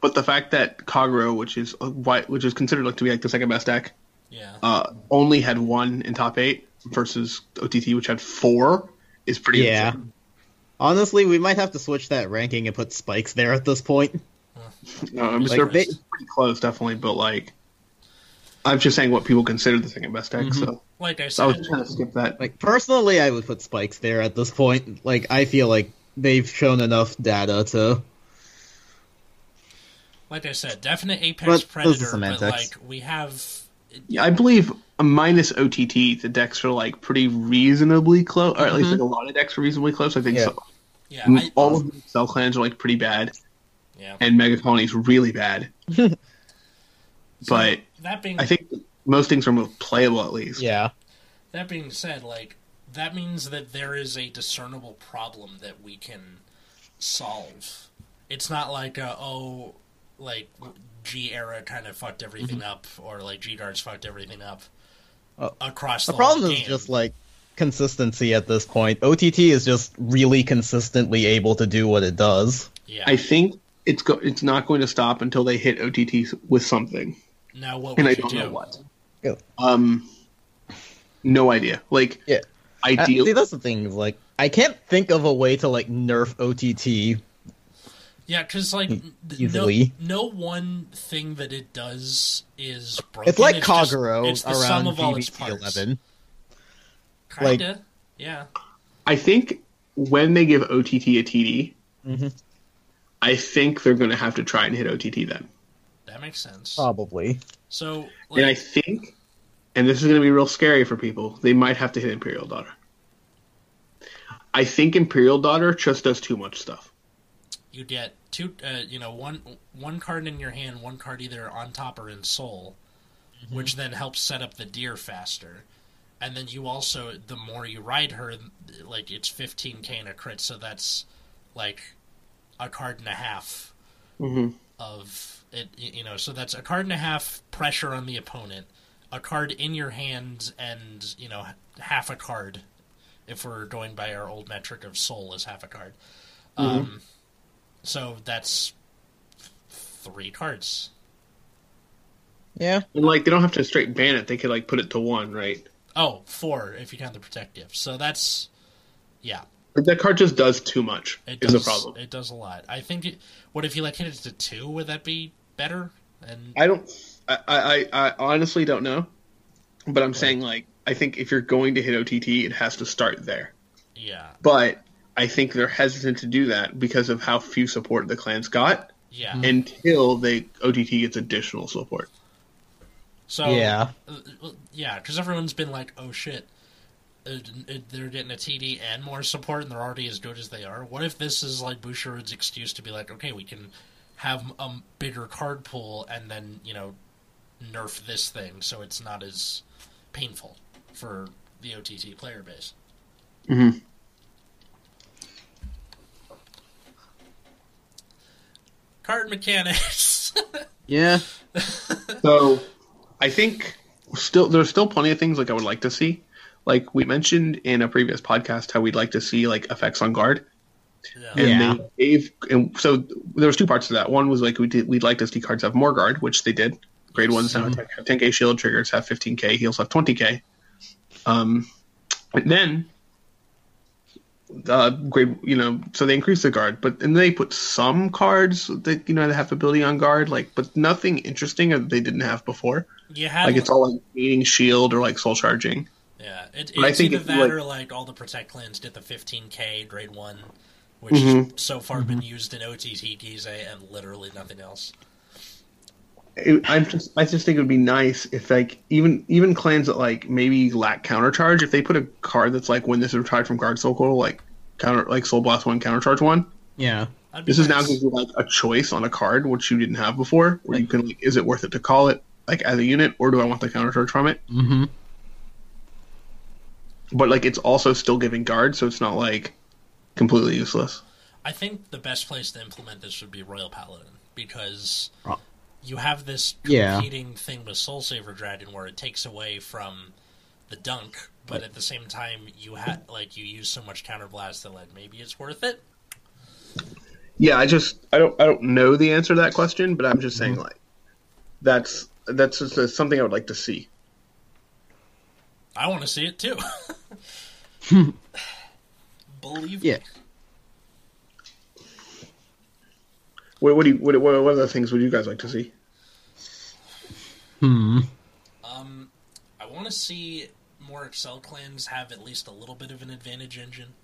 C: but the fact that Kagro, which is uh, why- which is considered like to be like the second best deck,
B: yeah,
C: uh, only had one in top eight versus OTT, which had four, is pretty.
D: Yeah.
C: insane.
D: Honestly, we might have to switch that ranking and put spikes there at this point.
C: no, Uh, I'm just
D: Like,
C: they're
D: they-
C: pretty close, definitely. But like, I'm just saying what people consider the second best deck. So,
B: like I
C: so I was
B: said,
C: just trying to skip that.
D: Like personally, I would put spikes there at this point. Like I feel like they've shown enough data to.
B: like I said, definite apex
D: But those are
B: predator, but
D: semantics.
B: like we have
C: Yeah, I believe minus OTT, the decks are like pretty reasonably close, or at least like a lot of decks are reasonably close. I think
D: Mm-hmm. Yeah.
C: so.
B: yeah, I,
C: Mm, all of the cell clans are like pretty bad,
B: yeah.
C: and Megacolony is really
D: (laughs)
C: bad. but
B: That being
C: I think most things are more playable at least.
D: Yeah.
B: That being said, like that means that there is a discernible problem that we can solve. It's not like uh oh, like G era kind of fucked everything up, or like G guards fucked everything up
D: Mm-hmm. Uh,
B: across the,
D: The problem
B: whole
D: is
B: game.
D: just like consistency at this point. OTT is just really consistently able to do what it does.
B: yeah.
C: I think it's go- it's not going to stop until they hit OTT with something,
B: now what would
C: and I
B: you
C: don't
B: do?
C: know what.
D: Go.
C: Um, no idea. Like,
D: Yeah. Uh,
C: ideally,
D: see, that's the thing. is, Like, I can't think of a way to like nerf OTT.
B: Yeah, because like n- th-
D: Mm, Easily.
B: no, no one thing that it does is broken.
D: It's like
B: just-
D: Kaguro
B: it's the
D: around
B: sum of all its
D: GBT
B: parts.
D: eleven. like-
B: Kinda, yeah.
C: I think when they give OTT a TD,
B: Mm-hmm.
D: Mhm.
C: I think they're going to have to try and hit OTT then.
B: That makes sense.
D: uh, Probably.
B: so,
C: and I
B: like,
C: think, and this is going to be real scary for people, they might have to hit Imperial Daughter. I think Imperial Daughter just does too much stuff.
B: you get two uh, you know one one card in your hand one card either on top or in soul which then helps set up the deer faster and then you also the more you ride her like it's 15k in a crit so that's like a card and a half
C: Mhm.
B: of it y- you know so that's a card and a half pressure on the opponent a card in your hand and you know h- half a card if we're going by our old metric of soul is half a card um, so that's three cards.
D: Yeah.
C: And like they don't have to straight ban it; they could like put it to one, right?
B: Oh, four if you count the protective. So that's yeah.
C: Like, that card just does too much.
B: It
C: is
B: does.
C: the problem.
B: It does a lot. I think. It, what if you like hit it to two? Would that be better? And
C: I don't. I, I, I honestly don't know, but I'm saying like I think if you're going to hit OTT, it has to start there.
B: yeah,
C: But I think they're hesitant to do that because of how few support the clans got
B: Yeah.
C: Mm. until they OTT gets additional support.
B: So
D: Yeah.
B: uh, uh, yeah, because everyone's been like, "Oh shit, uh, uh, they're getting a TD and more support, and they're already as good as they are." What if this is like Bushiroad's excuse to be like, "Okay, we can have a m- bigger card pool, and then you know, nerf this thing so it's not as painful for the OTT player base."
C: Mm-hmm.
B: Card mechanics. (laughs)
D: Yeah.
C: So I think still there's still plenty of things like I would like to see. Like we mentioned in a previous podcast how we'd like to see like effects on guard.
B: yeah.
C: And
D: Yeah.
C: they gave and so there was two parts to that. One was like we did we'd like to see cards have more guard, which they did. Grade ones now have 10k shield triggers have 15k, heals have 20k. Um, and then uh, grade you know so they increased the guard, but and they put some cards that you know that have ability on guard, like but nothing interesting that they didn't have before.
B: You have
C: Like it's all like needing shield or like soul charging.
B: Yeah, it, it's
C: But I think
B: either
C: if,
B: that
C: like-
B: or like all the protect clans did the 15k grade one, which
C: Mm-hmm.
B: has so far been used in OTT Gize and literally nothing else.
C: it, I'm just I just think it would be nice if like even even clans that like maybe lack counter charge if they put a card that's like when this is retired from guard soul coil like counter like soul blast one counter charge one
D: Yeah.
B: That'd be
C: this is now
B: nice.
C: gives you like a choice on a card which you didn't have before where you can like is it worth it to call it like as a unit or do I want the counter charge from it
D: Mm-hmm.
C: but like it's also still giving guard so it's not like completely useless
B: I think the best place to implement this would be Royal Paladin because
C: Oh.
B: you have this
D: Yeah.
B: competing thing with Soul Saver Dragon where it takes away from the dunk, but at the same time you had like you use so much counterblast that like maybe it's worth it.
C: Yeah, I just I don't I don't know the answer to that question, but I'm just saying like that's that's just uh, something I would like to see.
B: I want to see it too. (laughs)
C: Hmm.
B: Believe
D: Yeah.
C: What what do you, what what what other things would you guys like to see?
D: Hmm.
B: Um, I want to see more Excel clans have at least a little bit of an advantage engine.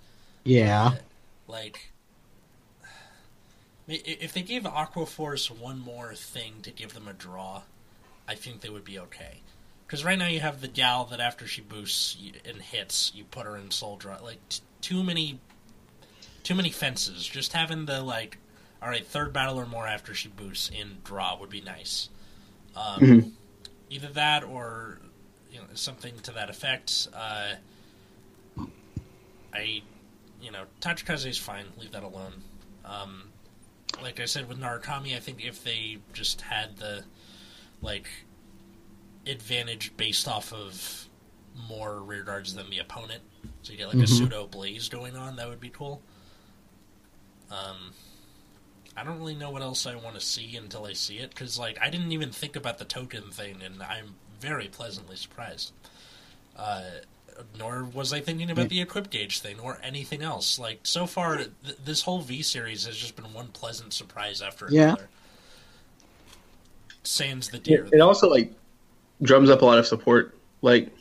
D: Yeah.
B: Like, I- if they gave Aquaforce one more thing to give them a draw, I think they would be okay. Because right now you have the gal that after she boosts you- and hits, you put her in soul draw. Like t- too many, too many fences. Just having the like, all right, third battle or more after she boosts in draw would be nice. Um, Either that or you know, something to that effect. Uh, I you know, Tachikaze is fine. Leave that alone. Um, like I said with Narukami, I think if they just had the like advantage based off of more rear guards than the opponent, so you get like a pseudo blaze going on, that would be cool. Um, I don't really know what else I want to see until I see it because like I didn't even think about the token thing, and I'm very pleasantly surprised. Uh, nor was I thinking about the equip gauge thing or anything else. Like so far, th- this whole V series has just been one pleasant surprise after
D: Yeah.
B: another. Sans the deer.
C: It also like drums up a lot of support. Like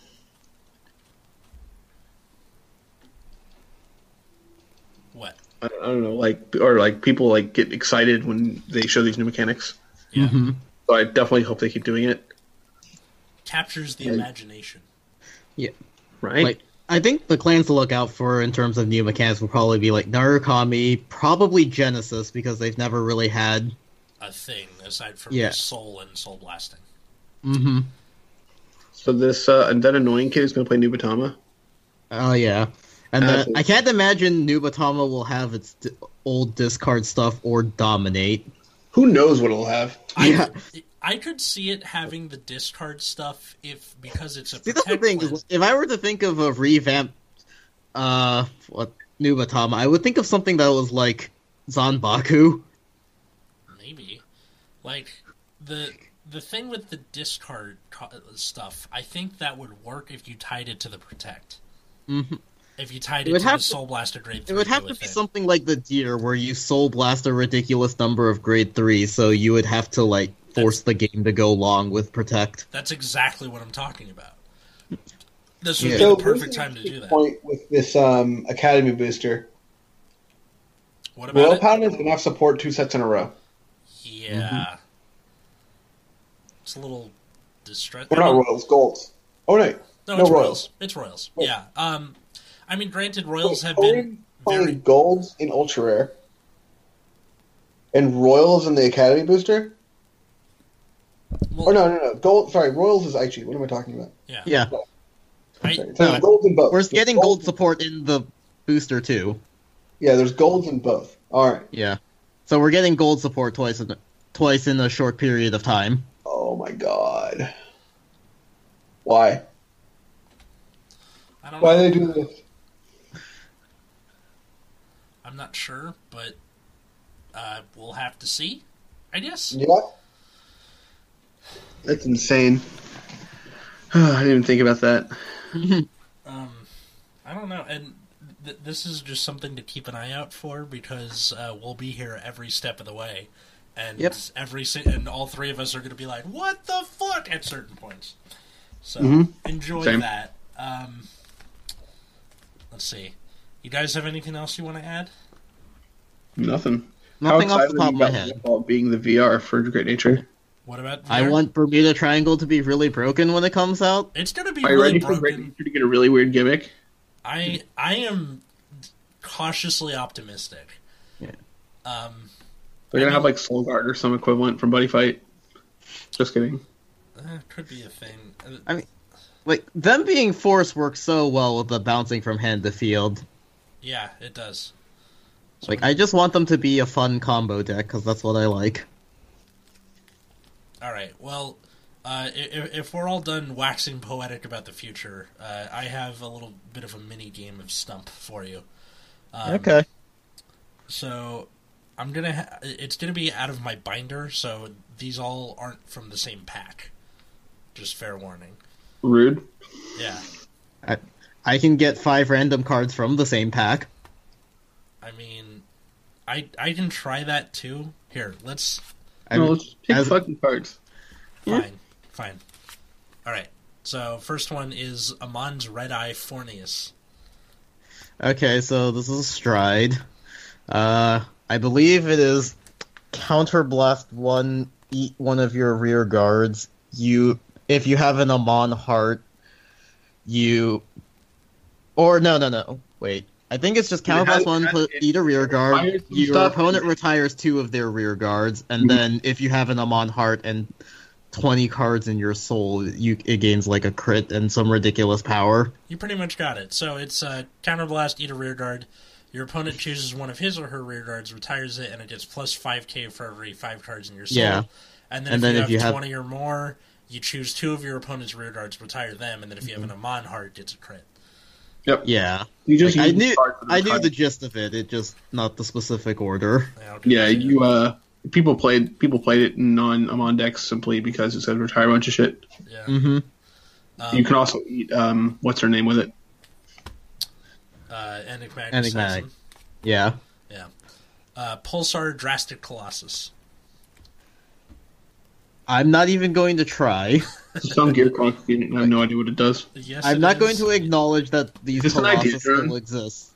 B: What?
C: I don't, I don't know, like or like people like get excited when they show these new mechanics.
B: Yeah.
D: Mm-hmm.
C: So I definitely hope they keep doing it.
B: Captures the
C: Like-
B: imagination.
C: Right?
D: Like, I think the clans to look out for in terms of new mechanics will probably be like Narukami, probably Genesis because they've never really had.
B: A thing aside from
D: Yeah.
B: soul and soul blasting.
D: Mm-hmm.
C: so this uh, and that annoying kid is going to play Nubatama.
D: Oh yeah, and
C: Uh,
D: then I can't imagine Nubatama will have its d- old discard stuff or dominate.
C: Who knows what it'll have?
D: Yeah,
B: I could see it having the discard stuff if because it's a
D: see that's the
B: protect
D: thing.
B: lens.
D: Is if I were to think of a revamp, uh, what Nubatama, I would think of something that was like Zanbaku.
B: maybe like the the thing with the discard co- stuff i think that would work if you tied it to the protect
D: Mhm.
B: if you tied
D: It
B: it,
D: would
B: to
D: have
B: the
D: to-
B: soul blaster grade
D: It
B: three
D: would have to
B: with
D: be
B: it.
D: something like the deer, where you soul blast a ridiculous number of grade three, so you would have to like force the game to go along with protect.
B: that's exactly what i'm talking about this would
D: Yeah.
B: be
D: So
B: the perfect time to do that
G: Point with this um, academy booster
B: What about
E: Willow
B: it?
E: Paladin is enough support two sets in a row.
B: Yeah. It's a little distress.
E: We're not Royals, Golds. Oh no,
B: No,
E: no
B: it's Royals.
E: Royals.
B: It's Royals. Yeah. Um, I mean, granted, Royals have
E: only,
B: been
E: only
B: very.
E: Golds in Ultra Rare. And Royals in the Academy Booster?
B: Well,
E: Or no, no, no. Gold. Sorry, Royals is Aichi. What am I talking about?
B: Yeah.
D: Yeah,
B: I-
E: Sorry.
D: No.
E: There's golds in both.
D: we're
E: There's
D: getting
E: golds-
D: gold support in the booster too.
E: Yeah, there's golds in both. All right.
D: Yeah, so we're getting gold support twice in twice in a short period of time.
E: Oh my god. Why?
B: I don't
E: Why
B: know.
E: do they do this?
B: I'm not sure, but uh, we'll have to see. I guess.
E: Yeah. (sighs)
H: That's insane. I didn't even think about that.
B: Um, I don't know, and th- this is just something to keep an eye out for because uh, we'll be here every step of the way, and
D: Yep.
B: every si- and all three of us are going to be like, "What the fuck?" at certain points. So enjoy
H: Mm-hmm. Same.
B: that. Um, let's see. You guys have anything else you want to add?
H: Nothing.
D: Nothing
H: How
D: off
H: excited
D: the
H: are
D: top
H: you
D: of my
H: about
D: head.
H: Wonderfall Being the VR for Great Nature.
B: What about
D: I
B: VR?
D: want Bermuda Triangle to be really broken when it comes out.
B: It's going to be
H: Are you
B: really
H: ready for Great
B: broken.
H: Nature to get a really weird gimmick?
B: I I am cautiously optimistic.
D: Yeah.
B: Um.
H: They're gonna
B: I
H: have
B: mean-
H: like Soul Guard or some equivalent from Buddy Fight. Just kidding.
B: eh, could be a thing. Uh,
D: Like them being force works so well with the bouncing from hand to field.
B: Yeah, it does.
D: Like I just want them to be a fun combo deck because that's what I like.
B: All right. Well, uh, if, if we're all done waxing poetic about the future, uh, I have a little bit of a mini game of stump for you. Um, So I'm gonna. Ha- it's gonna be out of my binder, so these all aren't from the same pack. Just fair warning.
H: Rude.
B: Yeah.
D: I can get five random cards from the same pack.
B: I mean, I I can try that too. Here, let's.
D: I
H: no, let's take
D: as-
H: fucking cards.
B: Fine. Fine. All right. So first one is Amon's Red Eye Fornius.
D: Okay, so this is Stride. Uh, I believe it is counterblast one, eat one of your rear guards. You, if you have an Amon heart, you, or no, no, no, wait. I think it's just
H: It has-
D: counterblast one,
H: it-
D: put, eat a rear
H: fires
D: guard.
H: some
D: Your
H: stuff. Mm-hmm.
D: opponent retires two of their rear guards, and then if you have an Amon heart and twenty cards in your soul, you it gains like a crit and some ridiculous power.
B: You pretty much got it. So it's uh, counterblast, eat a rear guard. Your opponent chooses one of his or her rear guards, retires it, and it gets plus 5k for every five cards in your soul.
D: Yeah.
B: And then,
D: And
B: if,
D: then
B: you
D: if
B: have
D: you have-
B: 20 or more, you choose two of your opponent's rear guards, retire them, and then if you have an
D: Mm-hmm.
B: Amon heart, it's a crit.
D: Yeah.
H: You just
D: Like, I
H: use
D: knew
H: cards for
D: I knew
H: cards.
D: the gist of it. It just not the specific order.
B: Now,
H: Yeah, you uh people played people played it non Amon decks simply because it said retire a bunch of shit.
B: Yeah.
D: Mm-hmm.
B: Um,
H: you can also eat um what's her name with it?
B: uh, enigmatic.
D: Enigmatic.
B: Assassin.
D: Yeah.
B: Uh, Pulsar, Drastic Colossus.
D: I'm not even going to try.
H: It's some
D: (laughs)
H: gear conk unit and I have no idea what it does.
B: Yes,
D: I'm
B: it
D: not going
B: is.
D: to acknowledge that these
H: Is this an idea,
D: colossus still
H: Jordan?
D: exist.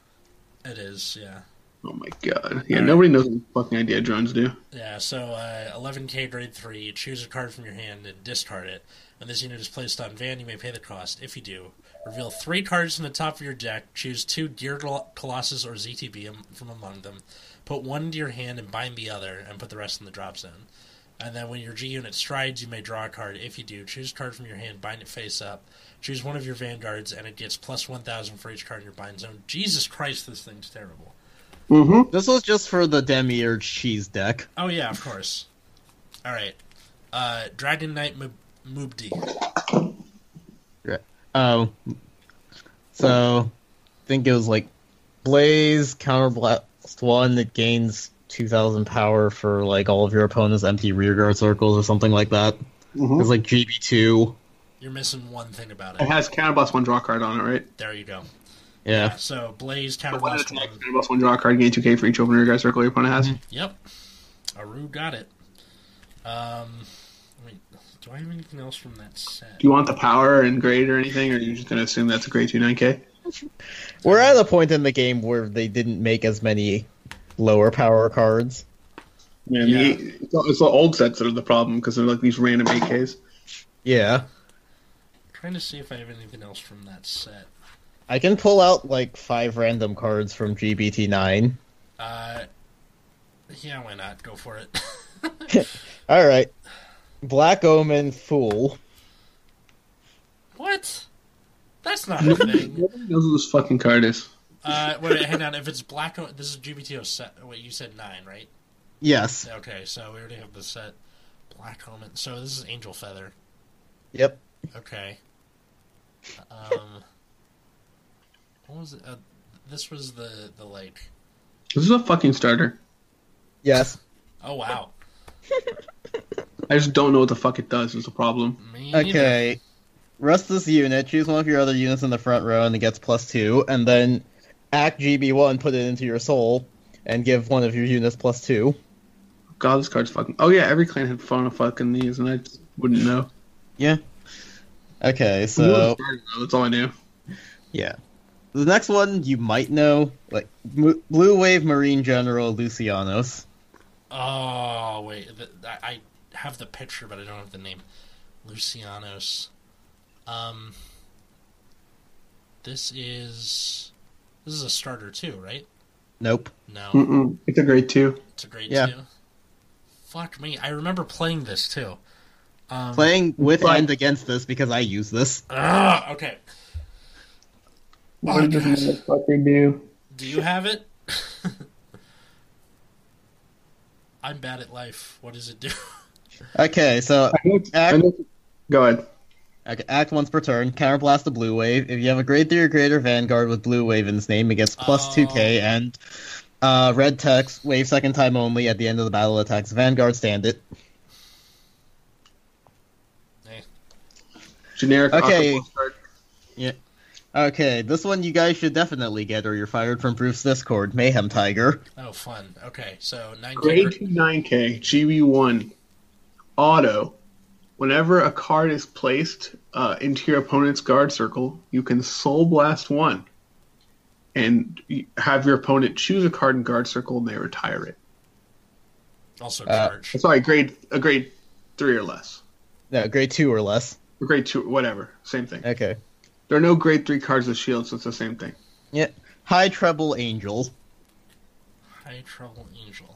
B: It is, yeah.
H: Oh my god. Yeah, nobody knows what fucking idea drones do.
B: Yeah, so uh, 11k grade 3, you choose a card from your hand and discard it. When this unit is placed on Van, you may pay the cost. If you do, reveal three cards from the top of your deck, choose two Dear Col- Colossus or ZTB am- from among them, put one into your hand and bind the other, and put the rest in the drop zone. And then when your G unit strides, you may draw a card. If you do, choose a card from your hand, bind it face up, choose one of your vanguards, and it gets plus 1,000 for each card in your bind zone. Jesus Christ, this thing's terrible.
H: Mm-hmm.
D: This was just for the demiurge cheese deck.
B: Oh yeah, of course. All right, uh, Dragon Knight Mub- Mubdi.
D: Oh. So I think it was like Blaze counterblast one, it gains two thousand power for like all of your opponent's empty rearguard circles or something like that.
H: Mm-hmm.
D: It's like GB two.
B: You're missing one thing about
H: It
B: it.
H: has counterblast one draw card on it, right?
B: There you go.
D: Yeah.
B: So Blaze
H: The one
B: counterblast
H: that's
B: one.
H: next counterblast one draw card, gain two K for each opener guy circle your opponent
D: Mm-hmm.
H: has.
B: Yep. Aru got it. Um, wait, do I have anything else from that set?
H: Do you want the power and grade or anything, or are you just gonna assume that's a grade two nine K?
D: We're at a point in the game where they didn't make as many lower power cards.
C: Yeah,
B: Yeah.
C: The, it's the- it's the old sets that are the problem because they're like these random AKs.
D: Yeah.
B: Trying to see if I have anything else from that set.
D: I can pull out like five random cards from GBT9.
B: Uh, yeah, why not? Go for it. (laughs)
D: All right. Black Omen Fool.
B: what? That's not
H: (laughs)
B: a thing.
C: Nobody knows what this fucking card is.
B: Uh, wait, hang on. If it's black, O- this is GBTO set. Wait, you said nine, right?
D: Yes.
B: Okay, so we already have the set. Black Omen. So this is Angel Feather.
D: Yep.
B: Okay. Um, what was it? Uh, this was the the like.
C: This is a fucking starter.
D: Yes.
B: Oh wow.
C: I just don't know what the fuck it does. Is the problem.
B: Me neither.
D: Okay. Rest this unit. Choose one of your other units in the front row, and it gets plus two. And then act GB1, put it into your soul, and give one of your units plus two.
C: God, this card's fucking. Oh yeah, every clan had fun of fucking these, and I just wouldn't know.
D: Okay,
C: I knew it was
D: so
C: starter, though, that's all I knew.
D: yeah, the next one you might know, like M- Blue Wave Marine General Lucianos.
B: Oh wait, th- I I have the picture, but I don't have the name. Lucianos. Um. This is this is a starter too, right?
D: Nope.
B: No,
C: Mm-mm. It's a grade two.
B: it's a grade
D: Mm, Yeah.
B: two. Fuck me, I remember playing this too. Um,
D: Playing with
C: Right.
D: and against this because I use this.
B: ah, okay.
C: What does this fucking do?
B: Do you have it? (laughs) I'm bad at life. What does it do? (laughs)
D: Okay, so
C: I know it's- I know it's- Go ahead.
D: okay, act once per turn, counterblast the Blue Wave. If you have a Grade Three or Greater Vanguard with Blue Wave in its name, it gets plus two K and uh, red text. Wave second time only at the end of the battle attacks. Vanguard stand it.
C: Generic.
D: Okay.
C: octopus card.
D: Okay, this one you guys should definitely get, or you're fired from Bruce Discord. Mayhem Tiger.
B: Oh, fun. Okay, so nine.
C: Grade two nine K GB one auto. Whenever a card is placed uh, into your opponent's guard circle, you can soul blast one, and y- have your opponent choose a card in guard circle, and they retire it.
B: also
D: Uh,
B: charge.
C: Sorry, grade a grade three or less,
D: No, grade two or less.
C: or grade two, whatever, same thing.
D: Okay.
C: There are no grade three cards with shield, so it's the same thing.
D: Yeah. High Treble Angel.
B: High Trouble Angel.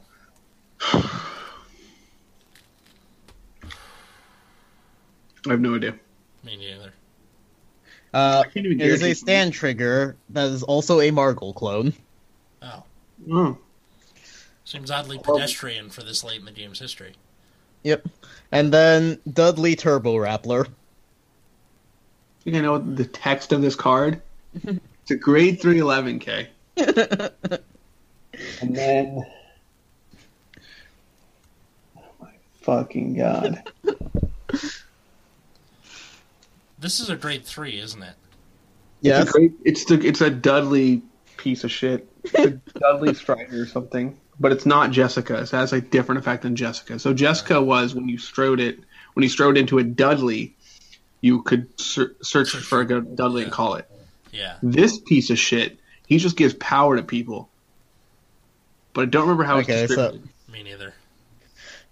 C: I have no idea.
B: Me neither.
D: Uh,
C: I can't even
D: it is
C: guarantee-
D: a stand trigger that is also a Margle clone.
B: Oh.
C: Oh,
B: Seems oddly pedestrian for this late in the game's history.
D: Yep. And then Dudley Turbo Rappler.
C: I think I know the text of this card. it's a grade three eleven K.
I: And then. Oh my fucking god.
B: This is a grade three, isn't it?
C: It's, a great, it's the it's a Dudley piece of shit. It's a Dudley Strider or something. But it's not Jessica. So it has a different effect than Jessica. So Jessica was when you strode it when you strode into a Dudley, you could ser- search for a good Dudley and call it.
B: Yeah.
C: This piece of shit, he just gives power to people. But I don't remember how
D: Okay, so-
C: it's described.
B: Me neither.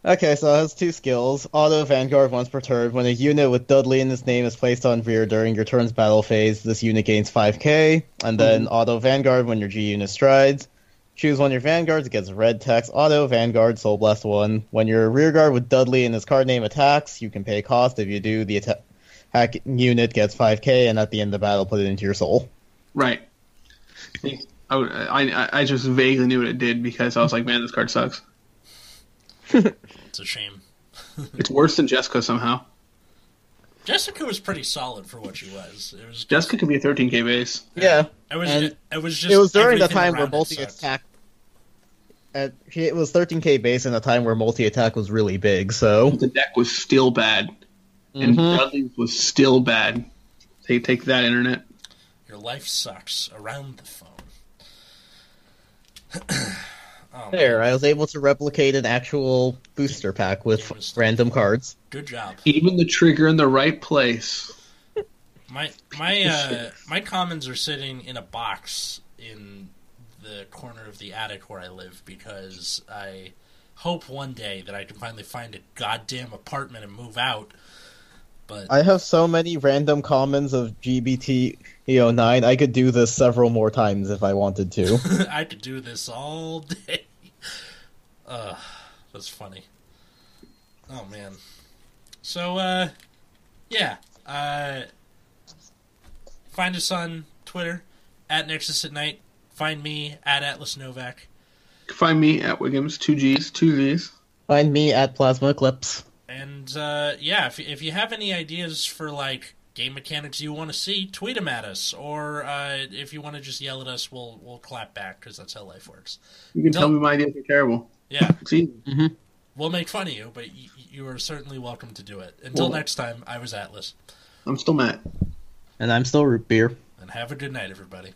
D: Okay, so it has two skills. Auto Vanguard once per turn. When a unit with Dudley in its name is placed on rear during your turn's battle phase, this unit gains 5k. And then Auto Vanguard when your G unit strides. Choose one of your vanguards, it gets red text. Auto Vanguard Soul Blast 1. When your rear guard with Dudley in his card name attacks, you can pay cost. If you do, the atta- attack unit gets 5k, and at the end of the battle, put it into your soul.
C: Right. I, would- I, I- I just vaguely knew what it did because I was like, man, this card sucks.
B: It's a shame.
C: It's worse than Jessica somehow.
B: Jessica was pretty solid for what she was. It was.
C: Jessica could be a 13k base.
D: Yeah.
B: It was.
D: and
B: It, was just.
D: it was during the
B: everything
D: time where
B: around it
D: multi
B: sucked.
D: attack. At, it was 13k base in a time where multi attack was really big, so.
C: the deck was still bad, and
D: Mhm.
C: Dudley's was still bad. Take take that internet.
B: Your life sucks around the phone. oh,
D: There,
B: man.
D: I was able to replicate an actual booster pack with
B: It was-
D: random cards.
B: Good job.
C: Even the trigger in the right place.
B: My my uh, my commons are sitting in a box in the corner of the attic where I live because I hope one day that I can finally find a goddamn apartment and move out. But
D: I have so many random comments of GBT09. I could do this several more times if I wanted to.
B: (laughs) I could do this all (laughs) day. Uh, that's funny. Oh man. So uh, yeah. Uh, find us on Twitter at Nexus at Night. Find me at Atlas Novak.
H: You can find me at Wiggums, two G's, two Z's.
D: Find me at Plasma Eclipse.
B: And uh, yeah, if if you have any ideas for like game mechanics you want to see, tweet them at us. Or uh, if you want to just yell at us, we'll we'll clap back because that's how life works.
H: You can
B: Don't-
H: tell me my ideas are terrible.
B: Yeah,
H: It's easy.
B: we'll make fun of you, but y- you are certainly welcome to do it. Until
H: Well-
B: next time, I was Atlas,
H: I'm still Matt.
D: And I'm still root beer.
B: and have a good night, everybody.